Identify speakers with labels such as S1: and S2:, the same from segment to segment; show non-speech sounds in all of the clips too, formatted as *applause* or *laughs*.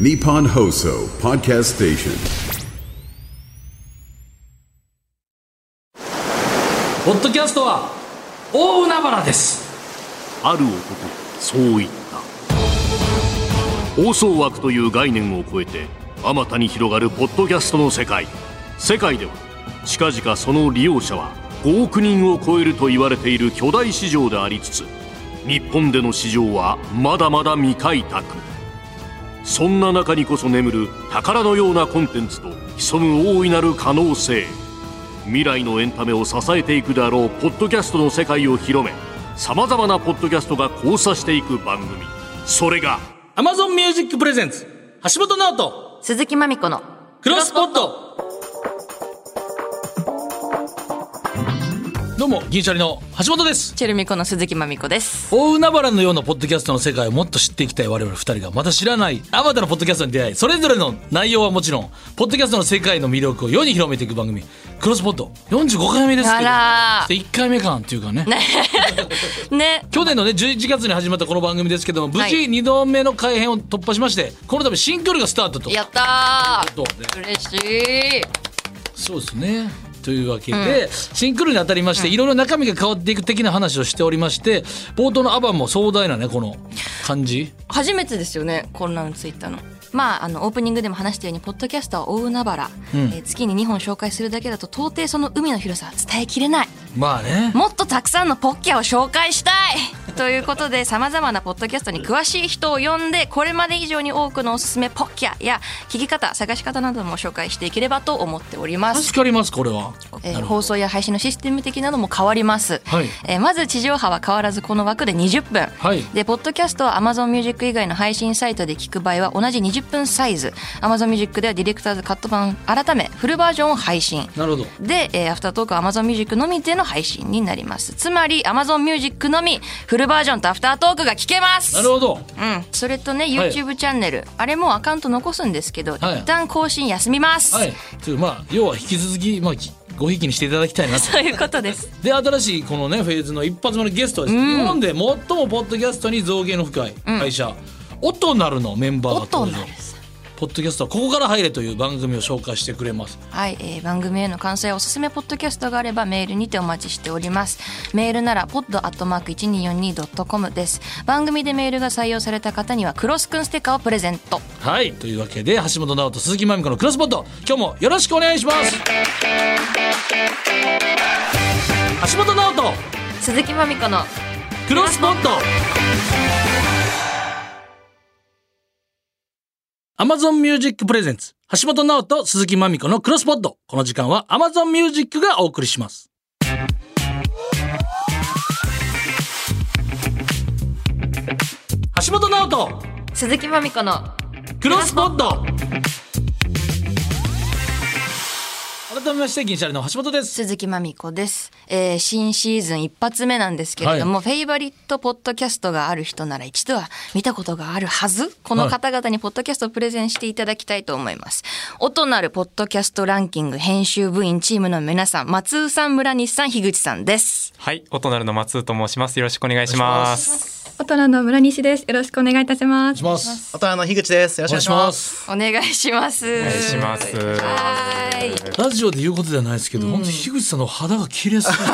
S1: Nippon Hoso Podcast Station.
S2: ポッドキャストは大海原です
S3: ある男そう言った放送枠という概念を超えてあまたに広がるポッドキャストの世界世界では近々その利用者は5億人を超えると言われている巨大市場でありつつ日本での市場はまだまだ未開拓そんな中にこそ眠る宝のようなコンテンツと潜む大いなる可能性未来のエンタメを支えていくであろうポッドキャストの世界を広めさまざまなポッドキャストが交差していく番組それが
S2: Amazon ミュージックプレゼンツ橋本直人
S4: 鈴木まみこの
S2: クロスポットどうも銀シャリの橋本です
S4: チェルミコの鈴木まみこです
S2: 大海原のようなポッドキャストの世界をもっと知っていきたい我々二人がまた知らないあまたのポッドキャストに出会いそれぞれの内容はもちろんポッドキャストの世界の魅力を世に広めていく番組「クロスポット」45回目ですけど
S4: あらー
S2: で1回目かんっていうかね *laughs*
S4: ね
S2: 去年のね11月に始まったこの番組ですけども無
S4: は
S2: 事
S4: い
S2: 2度目の改編を突破しましてこの度新距離がスタートと
S4: やった
S2: ということで
S4: ー嬉しい
S2: そうですね。というわけで、シンクールに当たりまして、いろいろ中身が変わっていく的な話をしておりまして、冒頭のアバンも壮大なね、この感じ。
S4: 初めてですよねこんなのついたのまあ、あのオープニングでも話したようにポッドキャストは大海原、えー月に2本紹介するだけだと到底その海の広さは伝えきれない
S2: まあね。
S4: もっとたくさんのポッキャを紹介したいということでさまざまなポッドキャストに詳しい人を呼んでこれまで以上に多くのおすすめポッキャや聞き方探し方なども紹介していければと思っております
S2: 助かります、これは。
S4: え
S2: な
S4: ー
S2: るほど
S4: 放送や配信のシステム的なども変わります、
S2: はい
S4: えーまず地上波は変わらずこの枠で20分、
S2: はい
S4: でポッドキャストは AmazonMusic 以外の配信サイトで聞く場合は同じ20分サイズ AmazonMusic ではディレクターズカット版改めフルバージョンを配信
S2: なるほど。
S4: で、えーアフタートークは AmazonMusic のみでの配信になりますつまり AmazonMusic のみフルバージョンとアフタートークが聞けます
S2: なるほど。
S4: うん、それとね
S2: はい
S4: YouTube チャンネル、あれもアカウント残すんですけど、
S2: はい
S4: 一旦更新休みます、 *laughs*
S2: はい。という、まあ、要は引き続き、まあ、きごひいきにしていただきたいなと。
S4: ということです
S2: で、新しいこのね、フェーズの一発目のゲストはですね、日本で最もポッドキャストに造形の深い会社、オトナルのメンバーが
S4: 音
S2: 登
S4: な
S2: 場
S4: る。さ
S2: ポッドキャストはここから入れという番組を紹介してくれます。
S4: はい、えー番組への感想やおすすめポッドキャストがあればメールにてお待ちしておりますメールなら pod.1242.com です番組でメールが採用された方にはクロスくんステッカーをプレゼント
S2: はい。というわけで、橋本直人、鈴木まみこのクロスポット、今日もよろしくお願いします。橋本直人、
S4: 鈴木まみこの
S2: クロスポット。Amazon Music Presents 橋本直人、鈴木まみこのクロスポット。この時間は Amazon Music がお送りします。橋本直人、
S4: 鈴木まみこの
S2: クロスポット改めまして銀シャリの橋本です
S4: 鈴木まみこです、えー新シーズン一発目なんですけれども、フェイバリットポッドキャストがある人なら一度は見たことがあるはずこの方々にポッドキャストをプレゼンしていただきたいと思います音なるポッドキャストランキング編集部員チームの皆さん松尾さん村西さん樋口さんです
S5: はい、オトナルの松尾と申します。よろしくお願いします。
S6: 大人の村西です。よろしくお願いいたします。
S2: ます
S7: 大人の樋口です。よろしくお願いします。
S2: す
S4: お願いしますお願
S5: お願いします。
S4: はーい
S2: ラジオで言うことではないですけど、本当に樋口さんの肌が綺麗そう *laughs*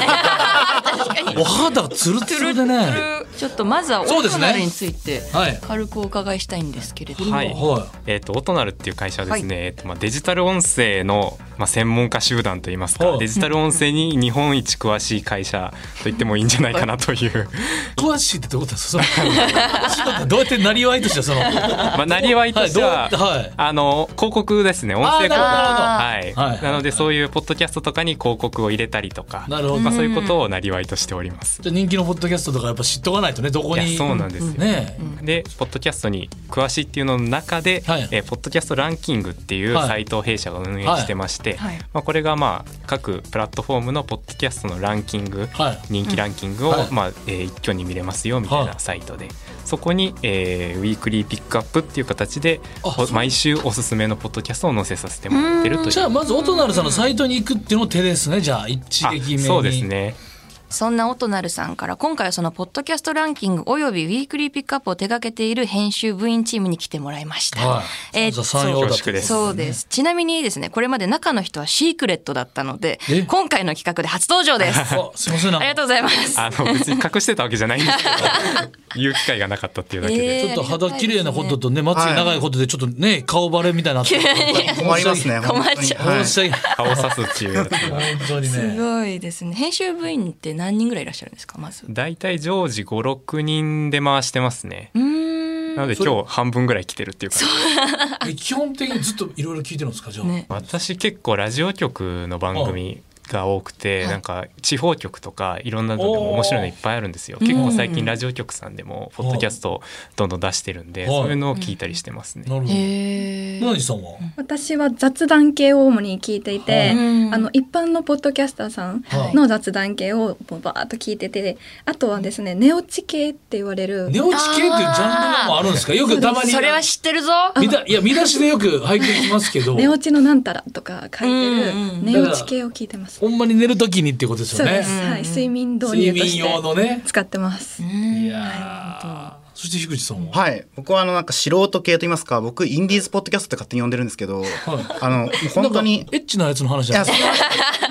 S2: お肌がツルツルでね
S4: ちょっとまずは
S2: そうで
S4: 音
S2: すね
S4: なるについて
S2: はい
S4: 軽くお伺いしたいんですけれども、
S5: はい
S2: は
S5: えっ、とオトナルっていう会社はですね、えっとまあデジタル音声のまあ専門家集団といいます
S2: は
S5: か、
S2: い
S5: デジタル音声に日本一詳しい会社と言ってもいいんじゃないかなという、
S2: い詳しいってどういうことですかその詳しい *laughs* ってどうやってなりわいとしてそのは
S5: *laughs* まあなりわいとしては、
S2: いどうやってはい
S5: あの広告ですね、音声広告。
S2: あ
S5: はい、
S2: ほどはい
S5: なのでそういうポッドキャストとかに広告を入れたりとか、
S2: なるほど
S5: まあそういうことをなりわいとしております。
S2: じゃあ人気のポッドキャストとかやっぱ知っとかないとねどこ
S5: い
S2: に
S5: やそうなんですよ
S2: ね
S5: でポッドキャストに詳しいっていうのの中で、
S2: はい
S5: えーポッドキャストランキングっていう
S2: はい
S5: サイトを弊社が運営してまして、
S4: はいはい
S5: まあ、これがまあ各プラットフォームのポッドキャストのランキング、
S2: はい
S5: 人気ランキングを、
S2: はい
S5: まあえー一挙に見れますよみたい
S2: はい
S5: なサイトで、そこに、えーウィークリーピックアップっていう形で
S2: あ
S5: ほ
S2: そう
S5: 毎週おすすめのポッドキャストを載せさせてもらってるという
S2: じゃあまず音なるさんのサイトに行くっていうのも手ですねじゃあ一
S5: あ
S2: 撃目に
S5: そうですね
S4: そんな音なるさんから今回はそのポッドキャストランキングおよびウィークリーピックアップを手掛けている編集部員チームに来てもらいました。
S2: はい
S4: えー
S2: じゃあ
S4: そう
S2: 三洋だ
S5: 恐縮です
S4: そうです。ちなみにですね、これまで中の人はシークレットだったので
S2: え、
S4: 今回の企画で初登場
S5: *laughs*
S4: です。
S2: あすいませんな
S4: あり
S2: んか
S4: がとうございます。
S5: あの別に隠してたわけじゃ
S2: *laughs*
S5: ないんですけど言う機 *laughs* 会がなかったっていうだけで、
S4: えー
S2: ちょっと肌綺麗なホットとね、
S4: あ
S2: まつげ長いホットでちょっとね、顔バレみたいになって。
S7: 困りますね。
S4: 困っちゃう
S7: 本当にはい
S2: 申し訳ない
S5: 顔さすっていうやつが
S2: 本当に
S4: す
S2: ね。
S4: ごいですね。編集部員って何人ぐらいいらっしゃるんですか、まず。う
S5: 大体常時56人で回してますね
S4: ーん。
S5: なので今日半分ぐらい来てるっていう感じ
S2: え基本的にずっといろいろ聞いてるんですか、じゃあ。
S4: ね。
S5: 私結構ラジオ局の番組が多くて、
S4: はい
S5: なんか地方局とかいろんなのでも面白いのいっぱいあるんですよ結構最近ラジオ局さんでもポッドキャストをどんどん出してるんで、
S2: はい
S5: そういうのを聞いたりしてますね、
S2: なるほど。
S4: へ
S2: 野
S4: ー
S2: 谷さんは
S6: 私は雑談系を主に聞いていて、
S4: うん
S6: あの一般のポッドキャスターさん
S2: はい
S6: の雑談系をもうバーッと聞いてて、あとはですね寝落ち系って言われる
S2: 寝落ち系っていうジャンルもあるんですかよくたまに。
S4: それは知ってるぞ。
S2: 見たいや見出しでよく拝見しますけど
S6: 寝落ちのなんたらとか書いてる
S4: うんうん
S6: 寝落ち系を聞いてます。
S2: ほんまに寝るときにってことです
S6: そう
S2: よ
S6: で
S2: ね
S6: す、はい、睡眠導
S2: 睡
S6: 入と
S2: 眠
S6: し
S2: 用の
S6: て
S2: ね
S6: 使ってます。
S2: いやーそして樋口さんは
S7: はい。僕はあの、なんか素人系と言いますか、僕、インディーズポッドキャストって勝手に呼んでるんですけど、あの、もう本当
S2: なん
S7: に
S2: か、エッチなやつの話
S7: い
S2: じゃ
S7: や、
S2: な
S7: そ
S2: い
S7: んな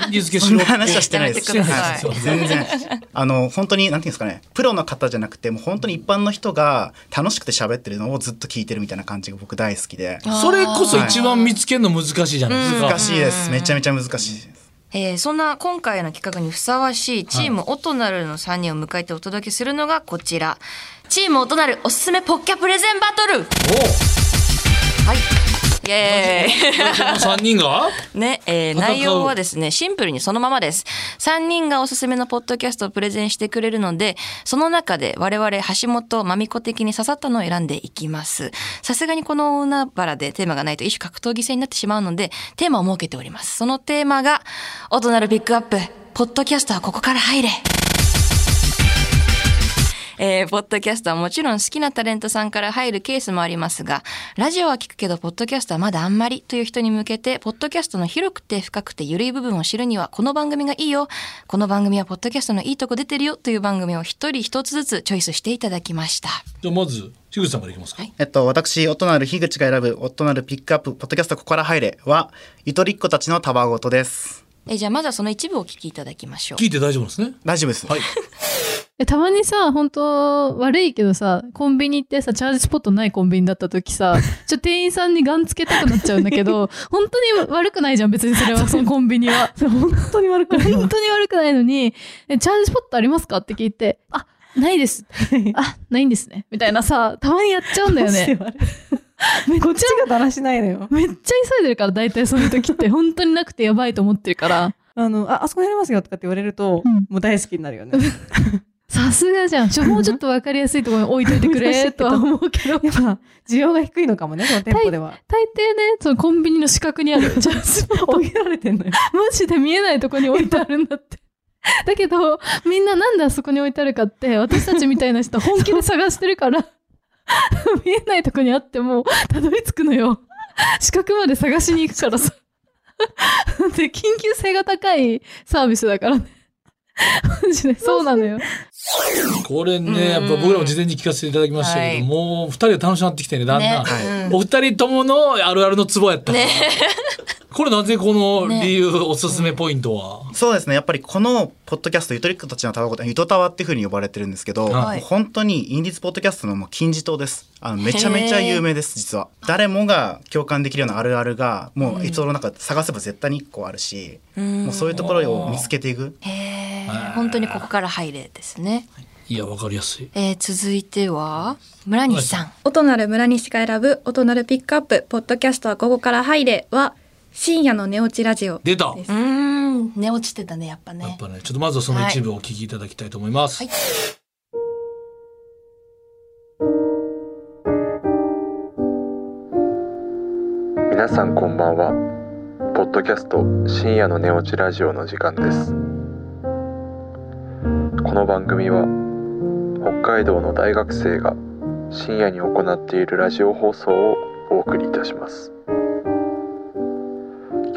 S2: インディーズ系
S7: そ
S2: 素
S7: ん
S2: 人
S7: な話はしてないです。
S4: してないです
S7: はい
S4: すいま
S7: 全然。あの、本当に、なんていうんですかね、プロの方じゃなくて、もう本当に一般の人が楽しくて喋ってるのをずっと聞いてるみたいな感じが僕大好きで、
S2: それこそ一番見つけるの難しいじゃないですか
S7: 難しいです。めちゃめちゃ難しいです。
S4: えーそんな今回の企画にふさわしいチームオトナルの3人を迎えてお届けするのがこちら。チームオトナルおすすめポッキャプレゼンバトルはい。イエーイ。
S2: この3人が
S4: ね、えー
S2: 戦う
S4: 内容はですね、シンプルにそのままです。3人がおすすめのポッドキャストをプレゼンしてくれるので、その中で我々橋本まみこ的に刺さったのを選んでいきます。さすがにこの大海原でテーマがないと一種格闘技戦になってしまうので、テーマを設けております。そのテーマが、音なるピックアップ、ポッドキャストはここから入れ。えーポッドキャストはもちろん好きなタレントさんから入るケースもありますが、ラジオは聞くけど、ポッドキャストはまだあんまりという人に向けて、ポッドキャストの広くて深くて緩い部分を知るには、この番組がいいよ、この番組はポッドキャストのいいとこ出てるよという番組を一人一つずつチョイスしていただきました。
S2: じゃあまず樋口さんからいきますか
S4: はい
S7: えっと、私、音なる樋口が選ぶ、音なるピックアップ、ポッドキャストここから入れは、ゆとりっ子たちのたわごとです。
S4: えーじゃあまずはその一部をお聞きいただきましょう
S2: 聞。いて大丈夫なんですね
S7: 大丈夫です。
S2: はい
S8: えたまにさ、本当悪いけどさ、コンビニ行ってさ、チャージスポットないコンビニだった時 *laughs* さ、ちょ、店員さんにガンつけたくなっちゃうんだけ *laughs* ど、本当に悪くないじゃん、別 *laughs* にそれは、そのコンビニは。本当に悪く *laughs* ない。本当に悪くないのに、え、チャージスポットありますかって聞いて、あ、ないです。あ、ないんですね。みたいなさ、たまにやっちゃうんだ *laughs* よね。こっちがだらしないのよ。めっちゃ急いでるから、大体そういう時って、本当になくてやばいと思ってるから。
S9: あの、あ、あそこにありますよとかって言われると、
S8: うん
S9: もう大好きになるよね。
S8: さすがじゃん。ちょ、もうちょっとわかりやすいところに置いといてくれ、とは思うけ
S9: *laughs*
S8: ど。
S9: やっぱ、需要が低いのかもね、その店舗では。
S8: 大抵ね、そのコンビニの視角
S9: *laughs*
S8: にあるジャスポ
S9: 置いられてんのよ。
S8: マジで見えないとこに置いてあるんだって。 *laughs* だけど、みんななんであそこに置いてあるかって、私たちみたいな人本気で探してるから、 *laughs* 見えないとこにあっても、たどり着くのよ。視角まで探しに行くからさ。 *laughs* で、緊急性が高いサービスだからね。 *laughs* マジで、そうなのよ。
S2: これねやっぱ僕らも事前に聞かせていただきましたけ
S4: はい
S2: どもう2人は楽しなってきてねだんだん
S7: は
S2: お二人とものあるあるのツボやったから *laughs* これなぜこの理由おすすめポイントは
S7: そうですね。やっぱりこのポッドキャスト、ゆとりっ子たちのたわごと、ゆとたわっていうふうに呼ばれてるんですけど、
S2: はい
S7: もう本当にインディーズポッドキャストのもう金字塔です。あの、めちゃめちゃ有名です、実は。誰もが共感できるようなあるあるが、もうエピソードの中で探せば絶対に1個あるし、もうそういうところを見つけていく。
S4: へー本当にここから入れですね。
S2: いやわかりやすい
S4: *laughs* えー続いては、村西さん。
S6: 音なる村西が選ぶ音なるピックアップポッドキャストは午後から入れは深夜の寝落ちラジオ
S2: 出た
S4: うーん、寝落ちてたね、やっぱ
S2: やっ
S4: ね。
S2: ぱねちょっとまずはその一部をお聞きいただきたいと思います、
S4: はい
S10: 皆さんこんばんはポッドキャスト深夜の寝落ちラジオの時間ですこの番組は北海道の大学生が深夜に行っているラジオ放送をお送りいたします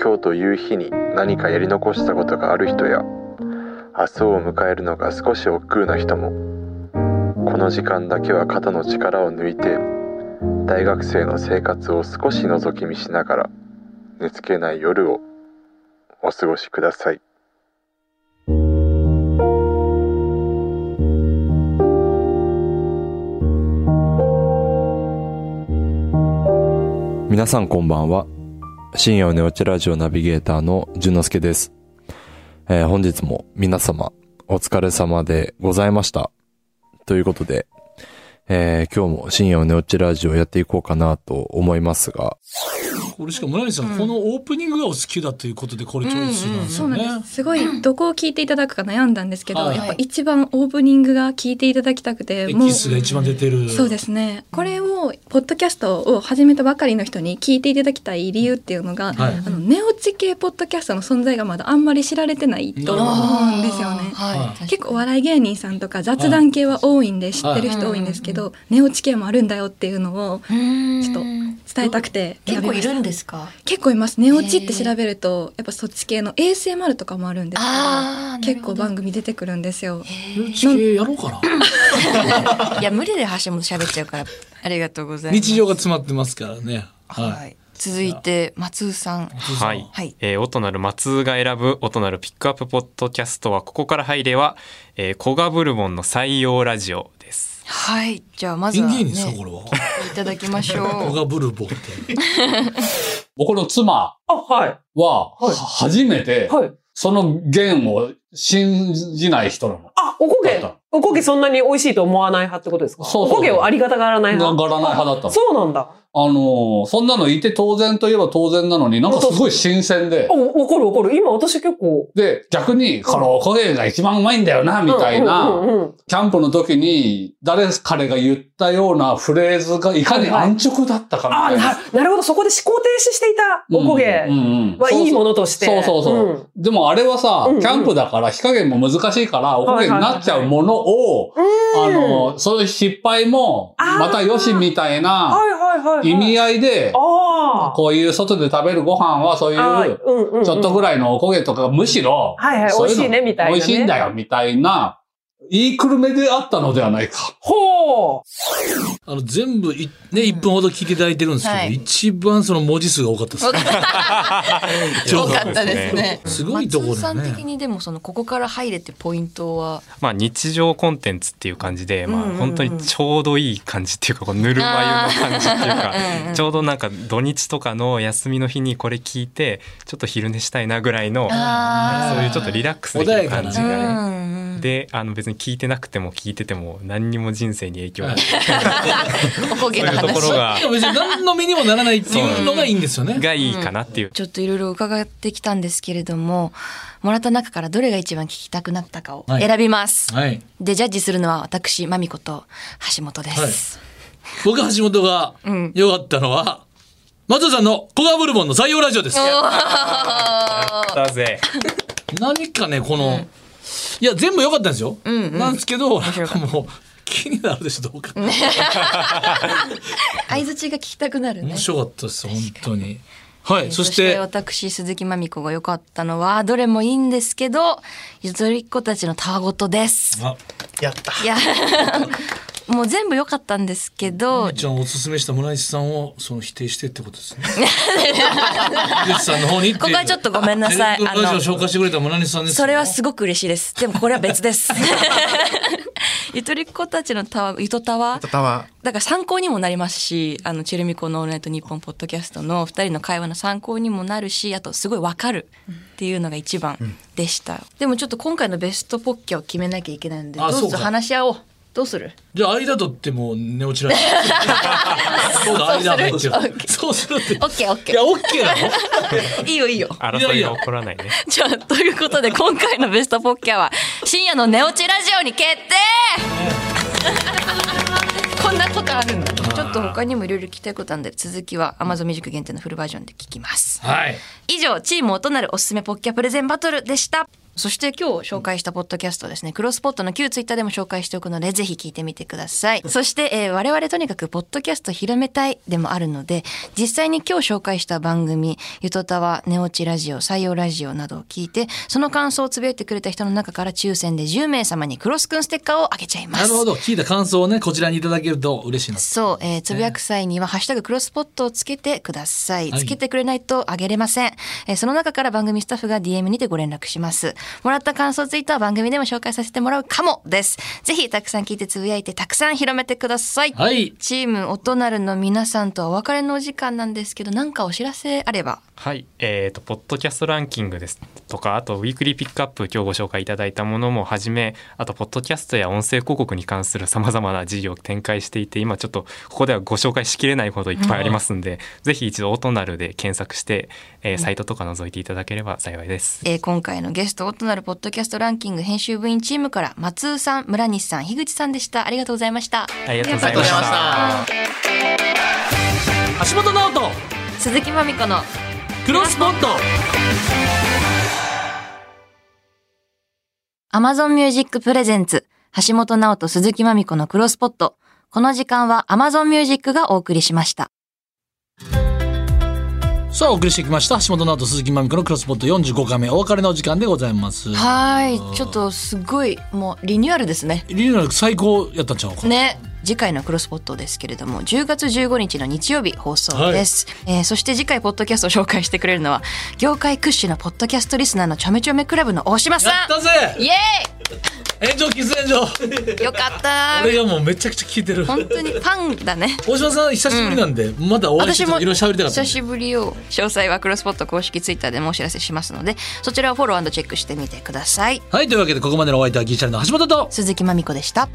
S10: 今日という日に何かやり残したことがある人や明日を迎えるのが少し億劫な人もこの時間だけは肩の力を抜いて大学生の生活を少し覗き見しながら寝つけない夜をお過ごしください
S11: 皆さんこんばんは。深夜の寝落ちラジオナビゲーターの淳之介です。えー本日も皆様お疲れ様でございました。ということで、えー今日も深夜の寝落ちラジオやっていこうかなと思いますが、
S2: これしかも村西さん、このオープニングがお好きだということでこれチョイスなんです
S6: そ
S2: よ
S6: う
S2: ね。
S6: なんです。すごいどこを聞いていただくか悩んだんですけど、
S2: はい
S6: やっぱ一番オープニングが聞いていただきたくて、
S2: エキスが一番出てる。
S6: そうですね。これをポッドキャストを始めたばかりの人に聞いていただきたい理由っていうのが、
S2: はい
S6: あの寝落ち系ポッドキャストの存在がまだあんまり知られてないと思うんですよね。結構お笑い芸人さんとか雑談系は多いんで知ってる人多いんですけど、寝落ち系もあるんだよっていうのをちょっと伝えたくて。
S4: 結構いるんですすか
S6: 結構います寝落ちって調べるとやっぱそっち系の ASMR とかもあるんですけど結構番組出てくるんですよ。
S2: やろうか
S4: *laughs* いや無理で橋本喋っちゃうからありがとうございます
S2: 日常が詰まってますからね。はい。
S4: 続いて松尾さん
S5: はい、えー音なる松が選ぶ音なるピックアップポッドキャストはここから入れは、えー、コガブルボンの採用ラジオです。
S4: はいじゃあまずは、ね、
S5: ピン芸人ですかこ
S2: れはい
S4: ただきましょう
S2: コガブルボンって。
S12: 僕の妻は、初めて、その言を信じない人なの。
S13: あ、おこげ、おこげそんなに美味しいと思わない派ってことですか
S12: そうそう
S13: おこげをありがたがらない派。
S12: がらない派だったの。
S13: そうなんだ。
S12: あのーそんなのいて当然といえば当然なのに、なんかすごい新鮮で。
S13: お怒る怒る。今私結構。
S12: で、逆に、このおこげが一番うまいんだよな、みたい
S13: うんうんうんう、
S12: なんキャンプの時に、誰彼が言ったようなフレーズがいかに安直だったかみ
S13: あ
S12: たいな
S13: な。、なるほど。そこで思考停止していたおこげ
S12: うんうんうん
S13: はいいものとして。
S12: そうそうそう。でもあれはさ、
S13: うんうん
S12: キャンプだから火加減も難しいから、おこげになっちゃうものを、
S13: はいはいはい
S12: あの、そういう失敗も、またよしみたいな
S13: はいはいはいはい
S12: 意味合いで、
S13: あ
S12: こういう外で食べるご飯はそう
S13: あ
S12: い
S13: ーうんうんう
S12: う、
S13: ん
S12: ちょっとぐらいのおこげとか、むしろ、
S13: はいはい
S12: そううの
S13: 美味しいねみたいなね
S12: 美味しいんだよ、みたいな、言いくるめであったのではないか。
S13: ほう
S2: あの全部いね一分ほど聞いていただいてるんですけど、
S4: はい
S2: 一番その文字数が多かったです。 *laughs*
S4: 多かったですね
S2: すごいとこ
S4: 松尾
S2: ろ
S4: さ
S2: だ
S4: ん
S2: ね。
S4: 的にでもそのここから入れってポイントは
S5: まあ日常コンテンツっていう感じで、ま
S4: うんうんう
S5: あ
S4: ん
S5: 本当にちょうどいい感じっていうか、こうぬるま湯の感じっていうか
S4: あ *laughs* ーうんうん、
S5: ちょうどなんか土日とかの休みの日にこれ聞いて、ちょっと昼寝したいなぐらいの、
S4: あー
S5: そういうちょっとリラックスできる感じが
S4: 穏やかな
S5: ね。で、あの別に聞いてなくても聞いてても何にも人生に影響がない。
S4: おこげの
S5: *laughs* そういうところ
S4: *laughs*
S5: が
S4: 話
S5: いや
S2: 別に何の身にもならないっていうのがいいんですよね。
S5: がいいかなっていう。
S4: ちょっといろいろ伺ってきたんですけれどももらった中からどれが一番聞きたくなったかを
S2: はい
S4: 選びます、
S2: はい。
S4: でジャッジするのは私まみこと橋本です、
S2: はい。僕橋本が良かったのは、松尾さんのコガブルボンの採用ラジオです。
S5: だぜ。
S2: 何かねこの、いや全部良かったんですよ、なんですけどなんかもう気になるでしょどうか
S4: 相づちが聞きたくなるね
S2: 面白かったです本当にはい、そして
S4: 私鈴木まみこが良かったのはどれもいいんですけどゆとりっ子たちのたわごとです
S2: あ
S7: やった
S4: いやもう全部良かったんですけど
S2: ちゃんおすすめした村石さんをその否定してってことですね。井口さんの方にっていう
S4: ここはちょっとごめんなさい
S2: テレビ
S4: あの
S2: ラジオ紹介してくれた村西さんです。
S4: それはすごく嬉しいですでもこれは別です
S2: *laughs*
S4: ゆとりっ子たちのたわゆとたわ
S7: たわ
S4: だから参考にもなりますし、あの、チェルミコのオールナイトニッポンポッドキャストの二人の会話の参考にもなるし、あとすごいわかるっていうのが一番でした。でもちょっと今回のベストポッキャを決めなきゃいけないので、ど
S2: あ
S4: う
S2: そう
S4: ぞ
S2: か
S4: 話し合おう。どうする
S2: じゃあ間取ってもう寝落ちらしい。 *laughs* そうだ間入ってる。そうするって。
S4: オッケーオッケー。
S2: いやオッケーなの
S4: *laughs* いいよいいよ。
S5: 争いが起こらないね。
S4: じゃあ、ということで今回のベストポッキャは、深夜の寝落ちラジオに決
S2: *laughs*
S4: 定こんなことあるんだ。ちょっと他にもいろいろ聞きたいことあるんで、続きは Amazon Music 限定のフルバージョンで聞きます。
S2: はい。
S4: 以上チーム音なるおすすめポッキャプレゼンバトルでしたそして今日紹介したポッドキャストはですね、クロスポットの旧ツイッターでも紹介しておくので、ぜひ聞いてみてください。そして、えー我々とにかくポッドキャスト広めたいでもあるので、実際に今日紹介した番組、ゆとたわ、ネオチラジオ、採用ラジオなどを聞いて、その感想をつぶやいてくれた人の中から抽選で10名様にクロスくんステッカーをあげちゃいます。
S2: なるほど。聞いた感想をね、こちらにいただけると嬉しいな。
S4: そう、えーつぶやく際には、ハッシュタグクロスポットをつけてください。
S2: はい
S4: つけてくれないとあげれません。えーその中から番組スタッフが DM にてご連絡します。もらった感想ツイートは番組でも紹介させてもらうかもです。ぜひ、たくさん聞いてつぶやいて、たくさん広めてください。
S2: はい
S4: チームおとなるの皆さんとはお別れのお時間なんですけど、なんかお知らせあれば。
S5: はい、えー、とポッドキャストランキングですとかあとウィークリーピックアップ今日ご紹介いただいたものもはじめあとポッドキャストや音声広告に関するさまざまな事業を展開していて今ちょっとここではご紹介しきれないほどいっぱいありますんで、ぜひ一度「オトナル」で検索して、えーサイトとか覗いていただければ幸いです。
S4: えー今回のゲスト、おとなるポッドキャストランキング編集部員チームから、松尾さん、村西さん、樋口さんでした。ありがとうございました。
S5: ありがとうございました
S2: 橋本直人
S4: 鈴木まみこの
S2: クロスポット
S4: Amazon Music Presents 橋本直人鈴木まみこのクロスポットこの時間は Amazon Music がお送りしました
S2: さあ、お送りしてきました。橋本直人、鈴木まみこのクロスポット45回目、お別れのお時間でございます。
S4: はいちょっとすごいもうリニューアルですね
S2: リニューアル最高やったんちゃうか。
S4: ね次回のクロスポットですけれども10月15日の日曜日放送です、えーそして次回ポッドキャストを紹介してくれるのは業界屈指のポッドキャストリスナーのちょめちょめクラブの大島さん
S2: やったぜ
S4: イエ
S2: 炎上喫煙所
S4: ーイよ *laughs* かった
S2: 俺がもうめちゃくちゃ聞い *laughs* てる。
S4: 本当にファンだね
S2: 大島さん久しぶりなんで、まだお会いしてち
S4: 私
S2: ょっ
S4: も
S2: といろいろ喋りたかったん
S4: 久
S2: で。
S4: しぶりよ詳細はクロスポット公式ツイッターでもお知らせしますのでそちらをフォローチェックしてみてください
S2: はい、というわけでここまでのお相手はギリシャリの橋本と
S4: 鈴木まみこでした